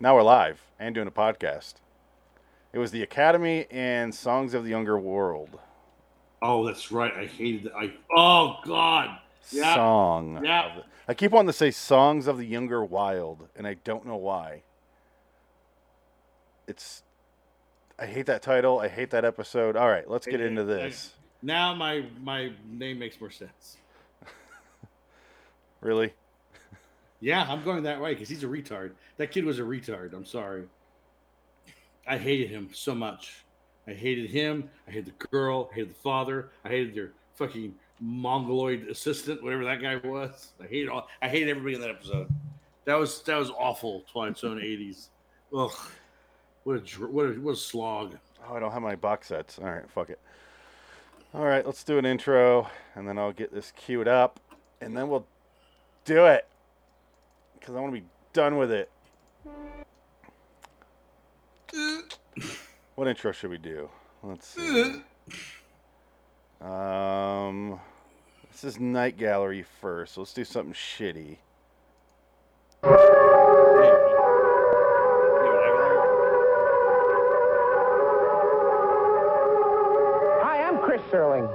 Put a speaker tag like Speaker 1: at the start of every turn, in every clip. Speaker 1: Now we're live and doing a podcast. It was the Academy and Songs of the Younger World
Speaker 2: Oh, that's right. I hated that. I oh god. Yeah.
Speaker 1: song. of
Speaker 2: Yeah.
Speaker 1: the- I keep wanting to say Songs of the Younger Wild, and I don't know why. It's. I hate that title. I hate that episode. All right, let's get
Speaker 2: Hey,
Speaker 1: into
Speaker 2: hey,
Speaker 1: this.
Speaker 2: Now my my name makes more sense.
Speaker 1: Really?
Speaker 2: Yeah, I'm going that way because he's a retard. That kid was a retard. I'm sorry. I hated him so much. I hated him. I hated the girl. I hated the father. I hated their fucking mongoloid assistant, whatever that guy was. I hated all. I hated everybody in that episode. That was that was awful. Twilight Zone '80s. Ugh. What a dr- what a what a slog.
Speaker 1: Oh, I don't have my box sets. All right, fuck it. All right, let's do an intro, and then I'll get this queued up, and then we'll do it. Because I want to be done with it. What intro should we do? Let's see.
Speaker 2: Uh.
Speaker 1: Um, this is Night Gallery first. so Let's do something shitty.
Speaker 3: Hi, I'm Chris Serling.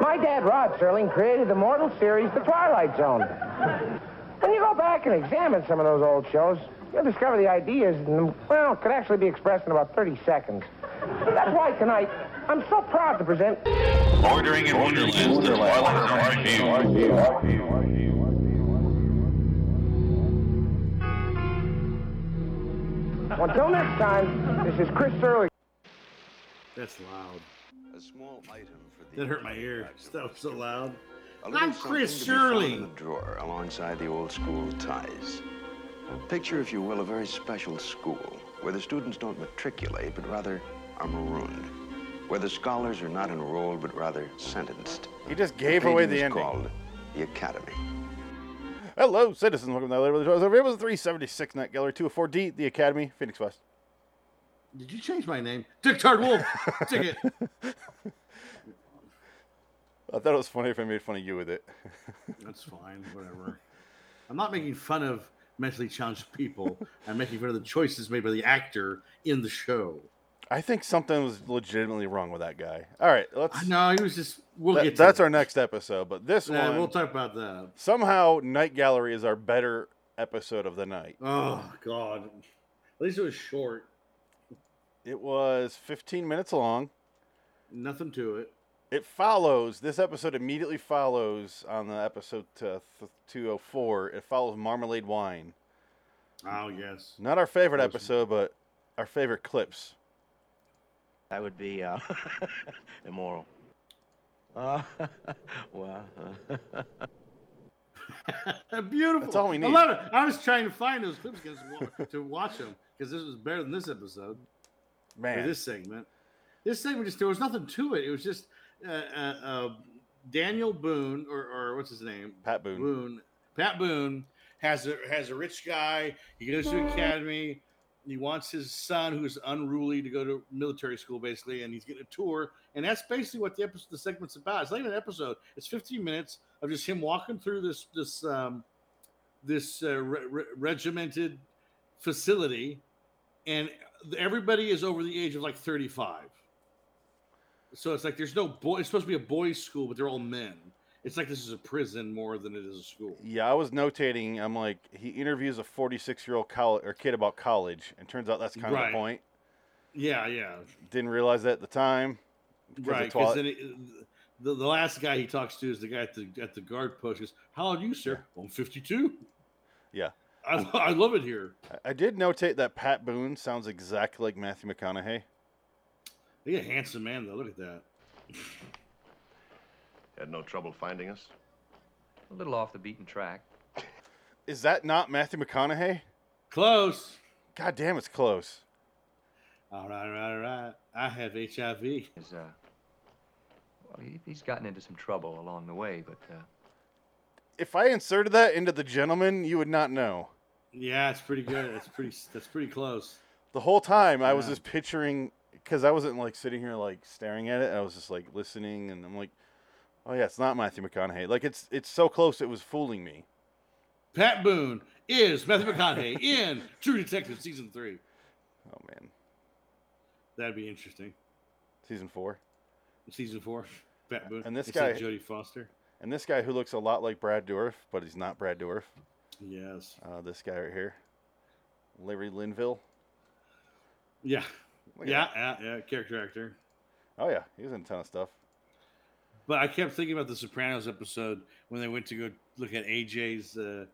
Speaker 3: My dad, Rod Serling, created the mortal series The Twilight Zone. When you go back and examine some of those old shows, you'll discover the ideas, in them, well, could actually be expressed in about 30 seconds. That's why tonight, I'm so proud to present
Speaker 4: Bordering in Wonderland, the Twilight Zone Review.
Speaker 3: Until next time, this is Chris Serling.
Speaker 2: That's loud.
Speaker 5: A small item for the
Speaker 2: That hurt my ear. That was so loud.
Speaker 5: A little
Speaker 2: I'm Chris
Speaker 5: something to be found
Speaker 2: Shirley.
Speaker 5: In the drawer alongside the old school ties. Picture, if you will, a very special school where the students don't matriculate, but rather are marooned. Where the scholars are not enrolled, but rather sentenced.
Speaker 1: He just gave
Speaker 5: Paging
Speaker 1: away the
Speaker 5: is
Speaker 1: ending.
Speaker 5: called the Academy.
Speaker 1: Hello, citizens. Welcome to Night Gallery. It was 376 Night Gallery 204D, The Academy, Phoenix West.
Speaker 2: Did you change my name? Dick Tard Wolf. Dick it.
Speaker 1: I thought it was funny if I made fun of you with it.
Speaker 2: That's fine. Whatever. I'm not making fun of mentally challenged people. I'm making fun of the choices made by the actor in the show.
Speaker 1: I think something was legitimately wrong with that guy. All right, let's.
Speaker 2: I know he was just. We'll
Speaker 1: that-
Speaker 2: get. To
Speaker 1: that's
Speaker 2: that.
Speaker 1: our next episode, but this
Speaker 2: Yeah,
Speaker 1: one
Speaker 2: we'll talk about that.
Speaker 1: somehow Night Gallery is our better episode of the night.
Speaker 2: Oh God. At least it was short.
Speaker 1: It was 15 minutes long.
Speaker 2: Nothing to it.
Speaker 1: It follows this episode immediately follows on the episode uh, th- 204. It follows Marmalade Wine.
Speaker 2: Oh yes.
Speaker 1: Not our favorite
Speaker 2: Awesome.
Speaker 1: episode, but our favorite clips.
Speaker 6: That would be uh, immoral. Uh, well, uh,
Speaker 2: Beautiful.
Speaker 1: That's all we
Speaker 2: I
Speaker 1: need.
Speaker 2: love it. I was trying to find those clips 'cause wa- to watch them because this was better than this episode. or
Speaker 1: Man,
Speaker 2: this segment. This segment just there was nothing to it. It was just uh, uh, uh, Daniel Boone or, or what's his name
Speaker 1: Pat Boone.
Speaker 2: Boone Pat Boone has a has a rich guy. He goes to academy. He wants his son, who's unruly, to go to military school basically, and he's getting a tour. And that's basically what the episode, the segment's about. It's not even an episode. It's 15 minutes of just him walking through this this um, this uh, re- re- regimented facility, and everybody is over the age of like 35. So it's like there's no boy. It's supposed to be a boys' school, but they're all men. It's like this is a prison more than it is a school.
Speaker 1: Yeah, I was notating. I'm like, he interviews a 46 year old college or kid about college, and turns out that's kind of
Speaker 2: Right.
Speaker 1: the point.
Speaker 2: Yeah, yeah,
Speaker 1: Didn't realize that at the time. of
Speaker 2: right.
Speaker 1: Twilight-
Speaker 2: Because then it, the, the last guy he talks to is the guy at the at the guard post. He Goes, "How old are you, sir? Well, I'm 52."
Speaker 1: Yeah.
Speaker 2: I, I love it here.
Speaker 1: I- I did notate that Pat Boone sounds exactly like Matthew McConaughey.
Speaker 2: He's a handsome man, though. Look at that.
Speaker 7: Had no trouble finding us?
Speaker 8: A little off the beaten track.
Speaker 1: Is that not Matthew McConaughey?
Speaker 2: Close.
Speaker 1: God damn, it's close.
Speaker 2: All right, all right, all right. I have HIV.
Speaker 8: Is, uh, well, he, he's gotten into some trouble along the way, but uh,
Speaker 1: If I inserted that into the gentleman, you would not know.
Speaker 2: Yeah, it's pretty good. That's pretty. That's pretty close.
Speaker 1: The whole time I was
Speaker 2: Yeah.
Speaker 1: just picturing, because I wasn't like sitting here like staring at it. I was just like listening, and I'm like, oh yeah, it's not Matthew McConaughey. Like it's it's so close, it was fooling me.
Speaker 2: Pat Boone is Matthew McConaughey in True Detective season three.
Speaker 1: Oh man,
Speaker 2: That'd be interesting.
Speaker 1: season four.
Speaker 2: Season four, Pat Boone
Speaker 1: And this
Speaker 2: instead of
Speaker 1: guy-
Speaker 2: Jodie Foster.
Speaker 1: And this guy who looks a lot like Brad Dourif, but he's not Brad Dourif.
Speaker 2: Yes.
Speaker 1: Uh, this guy right here, Larry Linville.
Speaker 2: Yeah.
Speaker 1: Look at
Speaker 2: Yeah, yeah, yeah. Character actor.
Speaker 1: Oh yeah, he was in a ton of stuff.
Speaker 2: But I kept thinking about the Sopranos episode when they went to go look at AJ's uh,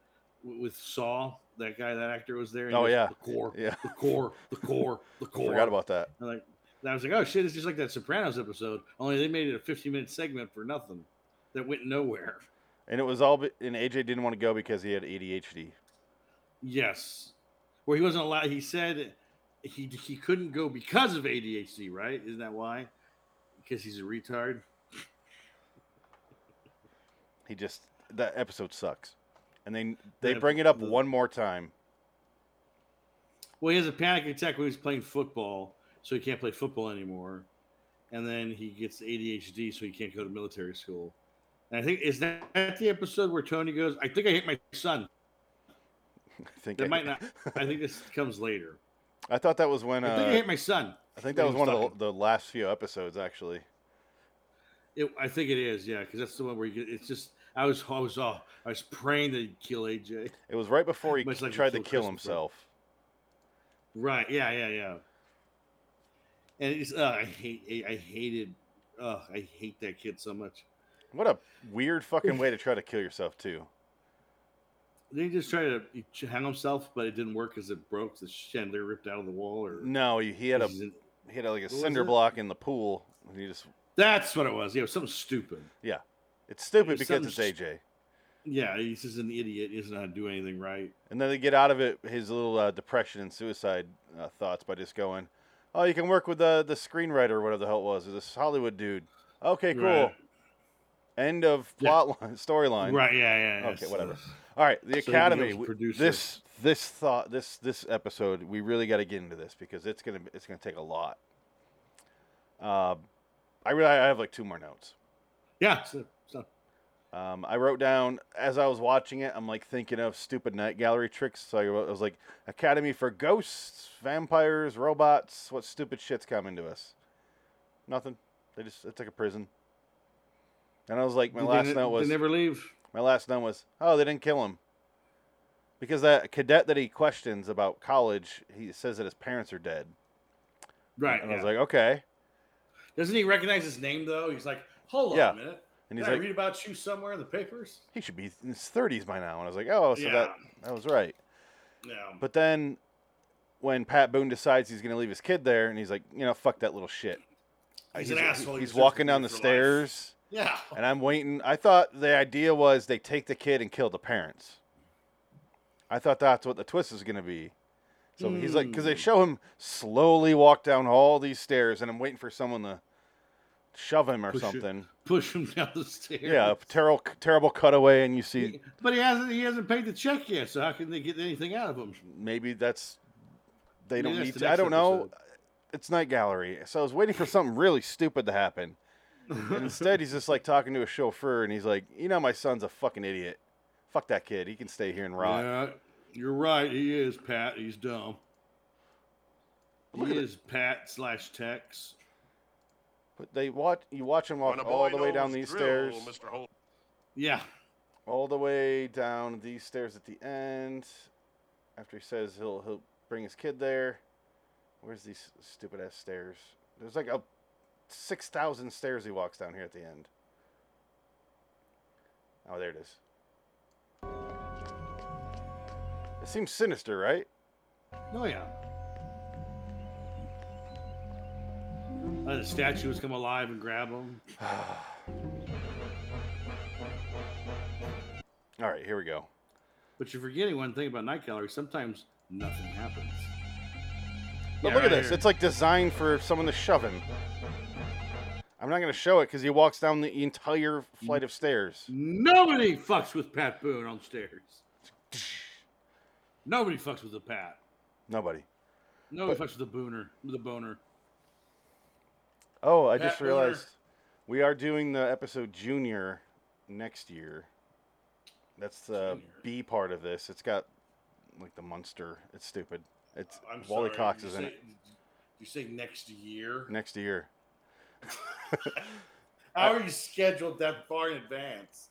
Speaker 2: w- with Saw. That guy, that actor was there. and he
Speaker 1: Oh,
Speaker 2: goes,
Speaker 1: yeah.
Speaker 2: the core,
Speaker 1: Yeah.
Speaker 2: the core, the core, the core.
Speaker 1: Forgot about that.
Speaker 2: And like, and I was like, oh shit, it's just like that Sopranos episode. Only they made it a 15 minute segment for nothing that went nowhere.
Speaker 1: And it was all. Be- and AJ didn't want to go because he had ADHD.
Speaker 2: Yes, where he wasn't allowed. He said he he couldn't go because of ADHD. Right? Isn't that why? Because he's a retard.
Speaker 1: He just that episode sucks. And they they
Speaker 2: The-
Speaker 1: bring it up
Speaker 2: the-
Speaker 1: one more time.
Speaker 2: Well, he has a panic attack when he's playing football, so he can't play football anymore. And then he gets ADHD, so he can't go to military school. And I think is that that the episode where Tony goes, "I think I hit my son."
Speaker 1: I think
Speaker 2: That
Speaker 1: I-
Speaker 2: might not. I think this comes later.
Speaker 1: I thought that was when. Uh,
Speaker 2: I think I hit my son.
Speaker 1: that
Speaker 2: when
Speaker 1: was
Speaker 2: he
Speaker 1: one of
Speaker 2: talking.
Speaker 1: the, the last few episodes actually.
Speaker 2: It, I think it is, yeah, because that's the one where you get, it's just. I was, I was, uh, I was praying that he'd kill AJ.
Speaker 1: It was right before he
Speaker 2: Much like we
Speaker 1: tried to
Speaker 2: killed
Speaker 1: kill
Speaker 2: Christopher.
Speaker 1: himself.
Speaker 2: Right? Yeah, yeah, yeah. And it's, uh, I hate, I I hated, uh, I hate that kid so much.
Speaker 1: What a weird fucking way to try to kill yourself too.
Speaker 2: Did he just try to he hang himself, but it didn't work because it broke? The chandelier ripped out of the wall, or
Speaker 1: No, he, he had a
Speaker 2: This isn't-
Speaker 1: he had like a
Speaker 2: was
Speaker 1: cinder
Speaker 2: it?
Speaker 1: block in the pool. And he just
Speaker 2: that's what it was. Yeah, it was something stupid.
Speaker 1: it's stupid
Speaker 2: was
Speaker 1: because
Speaker 2: something
Speaker 1: it's AJ.
Speaker 2: st- Yeah, he's just an idiot. He doesn't know how to do anything right.
Speaker 1: And then they get out of it his little uh, depression and suicide uh, thoughts by just going, "Oh, you can work with the the screenwriter or whatever the hell it was, or this Hollywood dude." Okay, cool.
Speaker 2: Right.
Speaker 1: End of
Speaker 2: Yeah.
Speaker 1: plot line storyline.
Speaker 2: Right? Yeah, yeah. yeah.
Speaker 1: Okay,
Speaker 2: So-
Speaker 1: whatever. All right, the
Speaker 2: So he
Speaker 1: Academy.
Speaker 2: becomes
Speaker 1: we-
Speaker 2: producer.
Speaker 1: This this thought this this episode we really got to get into this because it's gonna it's gonna take a lot. Uh, I really I have like two more notes.
Speaker 2: Yeah. So, so,
Speaker 1: Um, I wrote down as I was watching it. I'm like thinking of stupid night gallery tricks. So I wrote- I was like, Academy for ghosts, vampires, robots. What stupid shit's coming to us? Nothing. They just it's like a prison. And I was like, my
Speaker 2: Did they
Speaker 1: last
Speaker 2: ne-
Speaker 1: note was
Speaker 2: they never leave.
Speaker 1: my last note was, oh, they didn't kill him. Because that cadet that he questions about college, he says that his parents are dead.
Speaker 2: Right.
Speaker 1: And I
Speaker 2: yeah.
Speaker 1: was like, okay.
Speaker 2: Doesn't he recognize his name though? He's like, hold on
Speaker 1: Yeah.
Speaker 2: a minute.
Speaker 1: And he's
Speaker 2: Did I
Speaker 1: like,
Speaker 2: read about you somewhere in the papers?
Speaker 1: he should be in his 30s by now. And I was like, oh, so
Speaker 2: Yeah.
Speaker 1: that, that was right.
Speaker 2: No.
Speaker 1: But then when Pat Boone decides he's going to leave his kid there, and he's like, you know, fuck that little shit.
Speaker 2: He's an asshole. He
Speaker 1: He's
Speaker 2: deserves
Speaker 1: walking
Speaker 2: to
Speaker 1: down the
Speaker 2: be for life.
Speaker 1: stairs,
Speaker 2: yeah.
Speaker 1: and I'm waiting. I thought the idea was they take the kid and kill the parents. I thought that's what the twist is going to be. So he's like, because they
Speaker 2: Hmm.
Speaker 1: show him slowly walk down all these stairs, and I'm waiting for someone to shove him or
Speaker 2: Push it.
Speaker 1: something.
Speaker 2: Push him down the stairs.
Speaker 1: Yeah, a terrible, terrible cutaway, and you see
Speaker 2: But he hasn't. He hasn't paid the check yet. So how can they get anything out of him?
Speaker 1: maybe that's they
Speaker 2: Maybe
Speaker 1: don't
Speaker 2: that's
Speaker 1: need
Speaker 2: the
Speaker 1: to. I
Speaker 2: next
Speaker 1: don't know.
Speaker 2: episode.
Speaker 1: It's night gallery, so I was waiting for something really stupid to happen, and instead he's just like talking to a chauffeur, and he's like, you know, my son's a fucking idiot. Fuck that kid. He can stay here and rot.
Speaker 2: Yeah, you're right. He is Pat. He's dumb.
Speaker 1: Look
Speaker 2: he
Speaker 1: at it.
Speaker 2: is Pat slash Tex.
Speaker 1: But they watch you watch him walk
Speaker 4: When a
Speaker 1: all
Speaker 4: boy
Speaker 1: the way down
Speaker 4: knows
Speaker 1: these
Speaker 4: drill,
Speaker 1: stairs.
Speaker 4: Mr. Holt.
Speaker 2: Yeah,
Speaker 1: all the way down these stairs at the end. After he says he'll he'll bring his kid there. Where's these stupid ass stairs? There's like a six thousand stairs he walks down here at the end. Oh, there it is. It seems sinister, right?
Speaker 2: oh yeah. Uh, the statues come alive and grab him.
Speaker 1: All right, here we go.
Speaker 2: But you're forgetting one thing about Night Gallery. Sometimes nothing happens.
Speaker 1: But
Speaker 2: Yeah,
Speaker 1: look at
Speaker 2: right
Speaker 1: this.
Speaker 2: here.
Speaker 1: It's like designed for someone to shove him. I'm not going to show it because he walks down the entire
Speaker 2: Mm.
Speaker 1: flight of stairs.
Speaker 2: Nobody fucks with Pat Boone on stairs. Nobody fucks with the Pat.
Speaker 1: Nobody.
Speaker 2: Nobody fucks with the Booner. The Boner.
Speaker 1: Oh, I
Speaker 2: Pat
Speaker 1: just
Speaker 2: Miller.
Speaker 1: realized we are doing the episode Junior next year. That's the
Speaker 2: Junior.
Speaker 1: B part of this. It's got like the monster. It's stupid. It's
Speaker 2: I'm
Speaker 1: Wally
Speaker 2: sorry,
Speaker 1: Cox
Speaker 2: did
Speaker 1: is
Speaker 2: you
Speaker 1: in
Speaker 2: say-
Speaker 1: it
Speaker 2: did You say next year?
Speaker 1: next year.
Speaker 2: How are you scheduled that far in advance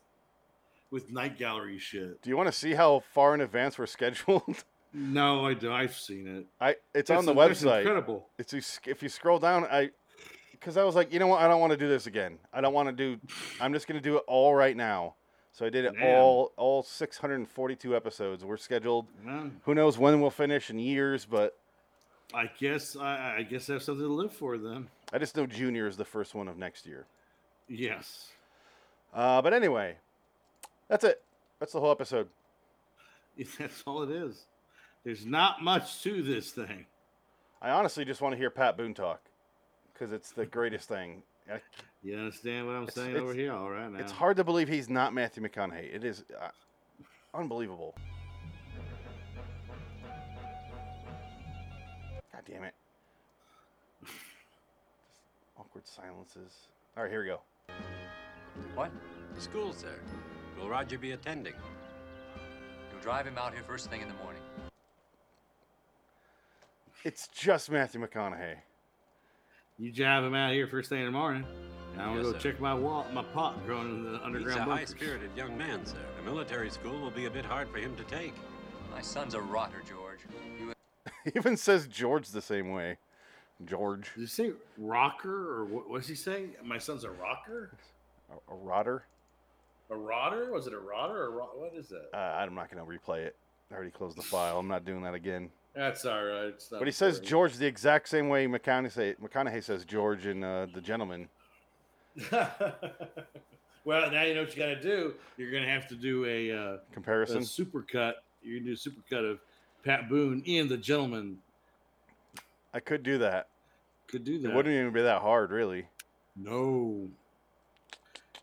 Speaker 2: with night gallery shit?
Speaker 1: Do you want to see how far in advance we're scheduled?
Speaker 2: No, I do. I've seen it.
Speaker 1: I it's on the
Speaker 2: that's
Speaker 1: website.
Speaker 2: Incredible.
Speaker 1: It's you sc- if you scroll down, I because I was like, you know what, I don't want to do this again. I don't want to do. I'm just gonna do it all right now. So I did it
Speaker 2: Man.
Speaker 1: all all 642 episodes. We're scheduled.
Speaker 2: Well,
Speaker 1: Who knows when we'll finish in years, but
Speaker 2: I guess I, I guess I have something to live for then.
Speaker 1: I just know Junior is the first one of next year.
Speaker 2: Yes.
Speaker 1: Uh, but anyway, that's it. That's the whole episode.
Speaker 2: That's all it is. There's not much to this thing.
Speaker 1: I honestly just want to hear Pat Boone talk because it's the greatest thing. I-
Speaker 2: You understand what I'm
Speaker 1: It's-
Speaker 2: saying
Speaker 1: it's-
Speaker 2: over here? All right now.
Speaker 1: It's hard to believe he's not Matthew McConaughey. It is uh, unbelievable. God damn it. Awkward silences. All right, here we go.
Speaker 8: What?
Speaker 7: The school's there. Will Roger be attending?
Speaker 8: You'll drive him out here first thing in the morning.
Speaker 1: It's just Matthew McConaughey.
Speaker 2: You jive him out here first thing in the morning. And I'm gonna go
Speaker 7: Yes, sir.
Speaker 2: check my wall, my pot growing in the
Speaker 7: He's
Speaker 2: underground
Speaker 7: a
Speaker 2: bunkers.
Speaker 7: high-spirited young man, sir. The military school will be a bit hard for him to take.
Speaker 8: My son's a rotter, George. You
Speaker 1: He even says George the same way. George.
Speaker 2: Did you say rocker or what was he saying? My son's a rocker,
Speaker 1: A, a rotter.
Speaker 2: a rotter. Was it a rotter or ro- what is that?
Speaker 1: Uh, I'm not going to replay it. I already closed the file. I'm not doing that again.
Speaker 2: That's all right. It's not
Speaker 1: But he says
Speaker 2: important.
Speaker 1: George the exact same way McConaughey, McConaughey says George in uh, The Gentleman.
Speaker 2: well, now you know what you got to do. You're gonna have to do a, uh, a
Speaker 1: Comparison.
Speaker 2: supercut. You're gonna do a supercut of Pat Boone in the gentleman.
Speaker 1: I could do that.
Speaker 2: Could do that.
Speaker 1: It wouldn't even be that hard, really.
Speaker 2: No.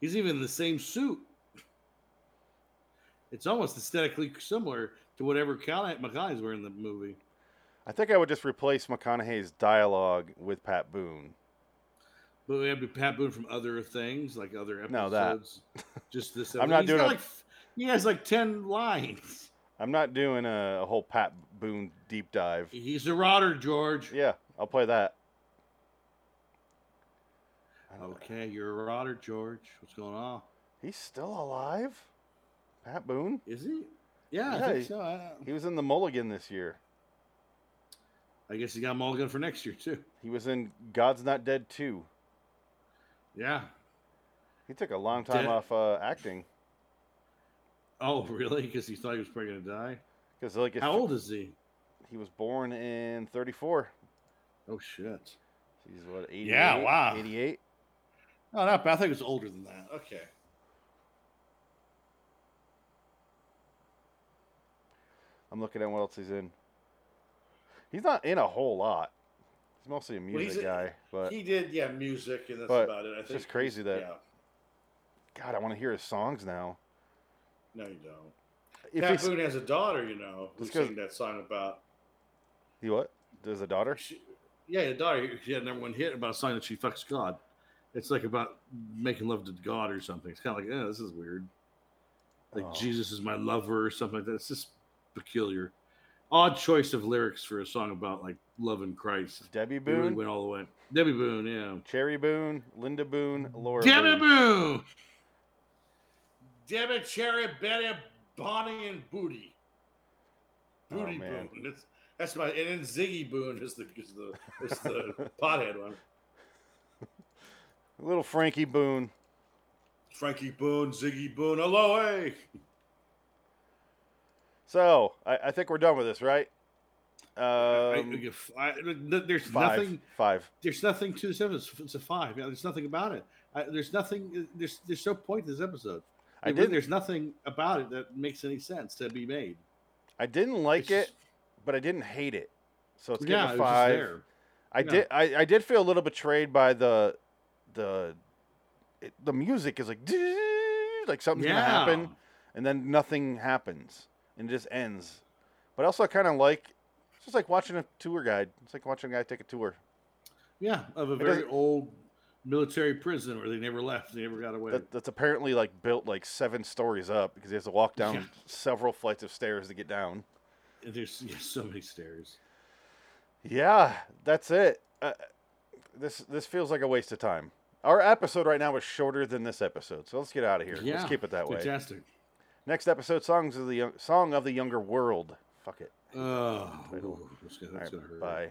Speaker 2: He's even in the same suit. It's almost aesthetically similar to whatever Cal- McConaughey's wearing in the movie.
Speaker 1: I think I would just replace McConaughey's dialogue with Pat Boone.
Speaker 2: But we have to Pat Boone from other things, like other episodes.
Speaker 1: No, that.
Speaker 2: Just this.
Speaker 1: I'm not
Speaker 2: he's
Speaker 1: doing
Speaker 2: got
Speaker 1: a-
Speaker 2: like, f- He has like ten lines.
Speaker 1: I'm not doing a, a whole Pat Boone deep dive.
Speaker 2: He's a rotter, George.
Speaker 1: Yeah, I'll play that. I don't know.
Speaker 2: Okay, you're a rotter, George. What's going on?
Speaker 1: He's still alive? Pat Boone?
Speaker 2: Is he?
Speaker 1: Yeah,
Speaker 2: Yeah, I
Speaker 1: he-
Speaker 2: think so. I,
Speaker 1: He was in The Mulligan this year.
Speaker 2: I guess he got Mulligan for next year too.
Speaker 1: He was in God's Not Dead 2.
Speaker 2: Yeah.
Speaker 1: He took a long time
Speaker 2: Dead-
Speaker 1: off uh, acting.
Speaker 2: Oh, really? Because he thought he was probably gonna die.
Speaker 1: Because like if
Speaker 2: How old is he?
Speaker 1: he was born in 34.
Speaker 2: Oh shit.
Speaker 1: He's what 88?
Speaker 2: Yeah, wow.
Speaker 1: 88.
Speaker 2: No, Oh, not bad. I think it's older than that. Okay.
Speaker 1: I'm looking at what else he's in. He's not in a whole lot. He's mostly a music
Speaker 2: he's a-
Speaker 1: guy, but
Speaker 2: he did, yeah, music, and that's
Speaker 1: but
Speaker 2: about it. I
Speaker 1: it's
Speaker 2: think
Speaker 1: just crazy
Speaker 2: he's-
Speaker 1: that- God, I want to hear his songs now.
Speaker 2: Yeah. No, you don't.
Speaker 1: If
Speaker 2: Pat
Speaker 1: he's,
Speaker 2: Boone has a daughter, you know, who
Speaker 1: Let's go-
Speaker 2: sang that song about.
Speaker 1: he what? There's a daughter.
Speaker 2: She, yeah, a daughter. She had a number one hit about a song that she fucks God. It's like about making love to God or something. It's kind of like, yeah, this is weird. Like
Speaker 1: Oh.
Speaker 2: Jesus is my lover or something like that. It's just peculiar, odd choice of lyrics for a song about like love and Christ.
Speaker 1: Debbie
Speaker 2: They really
Speaker 1: Boone,
Speaker 2: went all the way. Debbie Boone, yeah.
Speaker 1: Cherry Boone, Linda Boone, Laura.
Speaker 2: Debbie
Speaker 1: Boone.
Speaker 2: Boo! Debbie Cherry, Betty, Bonnie, and Booty.
Speaker 1: Oh,
Speaker 2: Booty
Speaker 1: man.
Speaker 2: Boone. That's, that's my. And then Ziggy Boone is the is the is the pothead one.
Speaker 1: Little Frankie Boone.
Speaker 2: Frankie Boone, Ziggy Boone, hello, hey.
Speaker 1: So I, I think we're done with this, right?
Speaker 2: I-
Speaker 1: Um,
Speaker 2: I- I- there's
Speaker 1: five.
Speaker 2: nothing.
Speaker 1: Five.
Speaker 2: There's nothing to this episode. It's- It's a five. Yeah, there's nothing about it. I, there's nothing. There's there's no point to this episode.
Speaker 1: I
Speaker 2: There really-
Speaker 1: did.
Speaker 2: There's nothing about it that makes any sense to be made.
Speaker 1: I didn't like
Speaker 2: It's just-
Speaker 1: it, but I didn't hate it. So it's
Speaker 2: yeah,
Speaker 1: getting
Speaker 2: it
Speaker 1: a
Speaker 2: was just
Speaker 1: five.
Speaker 2: there.
Speaker 1: I
Speaker 2: No.
Speaker 1: did. I, I did feel a little betrayed by the the it, the music is like like something's gonna happen, and then nothing happens, and it just ends. But also, I kind of like it's just like watching a tour guide. It's like watching a guy take a tour.
Speaker 2: Yeah, of a
Speaker 1: doesn't-
Speaker 2: very old military prison where they never left. They never got away.
Speaker 1: That, that's apparently like built like seven stories up because he has to walk down
Speaker 2: Yeah.
Speaker 1: several flights of stairs to get down.
Speaker 2: There's yeah, so many stairs.
Speaker 1: Yeah, that's it. Uh, this this feels like a waste of time. Our episode right now is shorter than this episode, so let's get out of here.
Speaker 2: Yeah,
Speaker 1: let's keep it that way.
Speaker 2: Fantastic.
Speaker 1: Next episode, songs of the Young- song of the younger world. Fuck it.
Speaker 2: Oh, that's gonna,
Speaker 1: All right,
Speaker 2: that's gonna hurt.
Speaker 1: bye.